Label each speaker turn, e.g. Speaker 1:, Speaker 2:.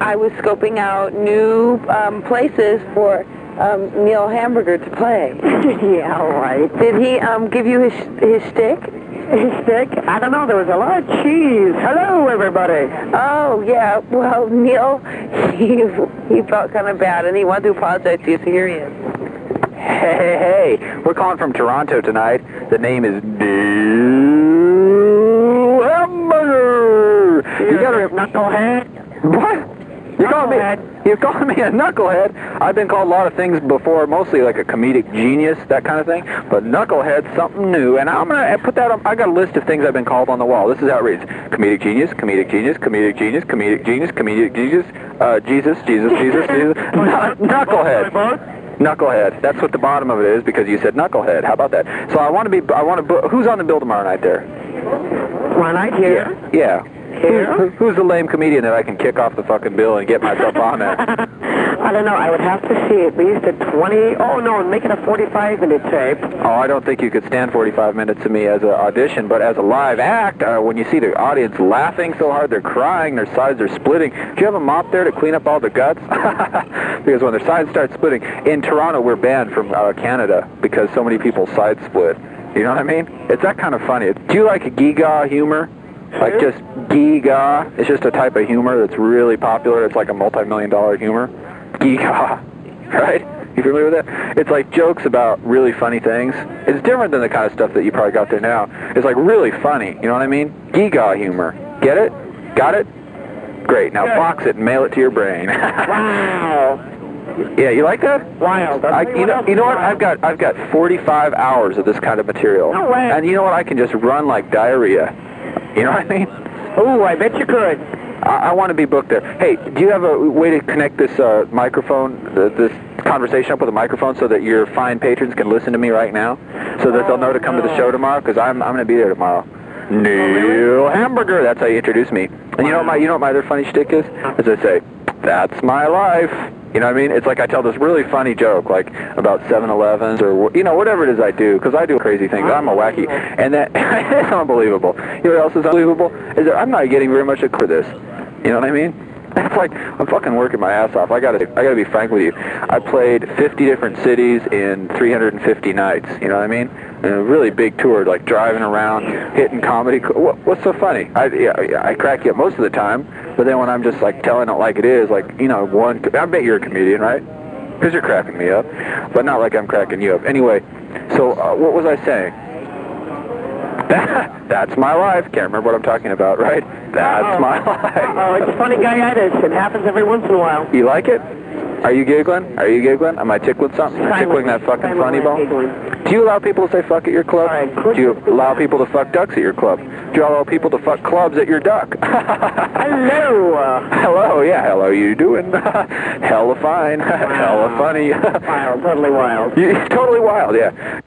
Speaker 1: I was scoping out new um, places for um, Neil Hamburger to play.
Speaker 2: yeah, all right.
Speaker 1: Did he um, give you his his shtick?
Speaker 2: His stick? I don't know. There was a lot of cheese. Hello, everybody.
Speaker 1: Oh yeah. Well, Neil, he he felt kind of bad, and he wanted to apologize to you. So here he is.
Speaker 3: Hey, hey, hey. We're calling from Toronto tonight. The name is Neil Hamburger. You gotta rip
Speaker 2: Knucklehead.
Speaker 3: What? You called me you called me a knucklehead. I've been called a lot of things before, mostly like a comedic genius, that kind of thing. But knucklehead, something new, and I'm gonna put that on. I got a list of things I've been called on the wall. This is how it reads: comedic genius, comedic genius, comedic genius, comedic genius, comedic genius, uh, Jesus, Jesus, Jesus, Jesus, Knuck- knucklehead. Knucklehead. That's what the bottom of it is because you said knucklehead. How about that? So I want to be. I want to. Bo- who's on the bill tomorrow night there?
Speaker 2: One night here.
Speaker 3: Yeah.
Speaker 2: Here?
Speaker 3: Who's, who's the lame comedian that I can kick off the fucking bill and get myself on it?
Speaker 2: I don't know. I would have to see at least a 20. Oh, no, make it a 45-minute tape.
Speaker 3: Oh, I don't think you could stand 45 minutes of me as an audition, but as a live act, uh, when you see the audience laughing so hard, they're crying, their sides are splitting. Do you have a mop there to clean up all the guts? because when their sides start splitting, in Toronto, we're banned from uh, Canada because so many people side split. You know what I mean? It's that kind of funny. Do you like giga humor? Like just giga? It's just a type of humor that's really popular. It's like a multi-million dollar humor. Giga right? You familiar with that? It's like jokes about really funny things. It's different than the kind of stuff that you probably got there now. It's like really funny. You know what I mean? Giga humor. Get it? Got it? Great. Now box it and mail it to your brain.
Speaker 2: Wow.
Speaker 3: yeah, you like that?
Speaker 2: Wow.
Speaker 3: I, you know, you know what? I've got I've got 45 hours of this kind of material.
Speaker 2: No way.
Speaker 3: And you know what? I can just run like diarrhea. You know what I mean?
Speaker 2: Oh, I bet you could.
Speaker 3: I, I want to be booked there. Hey, do you have a way to connect this uh, microphone, th- this conversation up with a microphone so that your fine patrons can listen to me right now? So that they'll know to come to the show tomorrow? Because I'm, I'm going to be there tomorrow. Neil Hamburger. That's how you introduce me. And you know what my you know what my other funny shtick is? Is I say, That's my life. You know what I mean? It's like I tell this really funny joke, like about 7-Elevens or wh- you know whatever it is I do, because I do crazy things. I'm a wacky, and that it's unbelievable. You know what else is unbelievable? Is that I'm not getting very much credit for this. You know what I mean? It's like I'm fucking working my ass off. I gotta, I gotta be frank with you. I played 50 different cities in 350 nights. You know what I mean? And a really big tour, like driving around, hitting comedy. cl- What, what's so funny? I, yeah, yeah, I crack you up most of the time, but then when I'm just like telling it like it is, like you know, one. I bet you're a comedian, right? Because you're cracking me up, but not like I'm cracking you up. Anyway, so uh, what was I saying? That's my life. Can't remember what I'm talking about, right? That's my life.
Speaker 2: Oh, it's funny guyitis. It happens every once in a while.
Speaker 3: You like it? Are you giggling? Are you giggling? Am I tickling something? Am I tickling that fucking funny
Speaker 2: Silently
Speaker 3: ball?
Speaker 2: giggling.
Speaker 3: Do you allow people to say fuck at your club?
Speaker 2: All right.
Speaker 3: Do you allow people to fuck ducks at your club? Do you allow people to fuck clubs at your duck?
Speaker 2: Hello. Uh,
Speaker 3: hello, yeah, hello, you doing? Hella fine, hella funny.
Speaker 2: wild, totally wild.
Speaker 3: You- it's totally wild, yeah.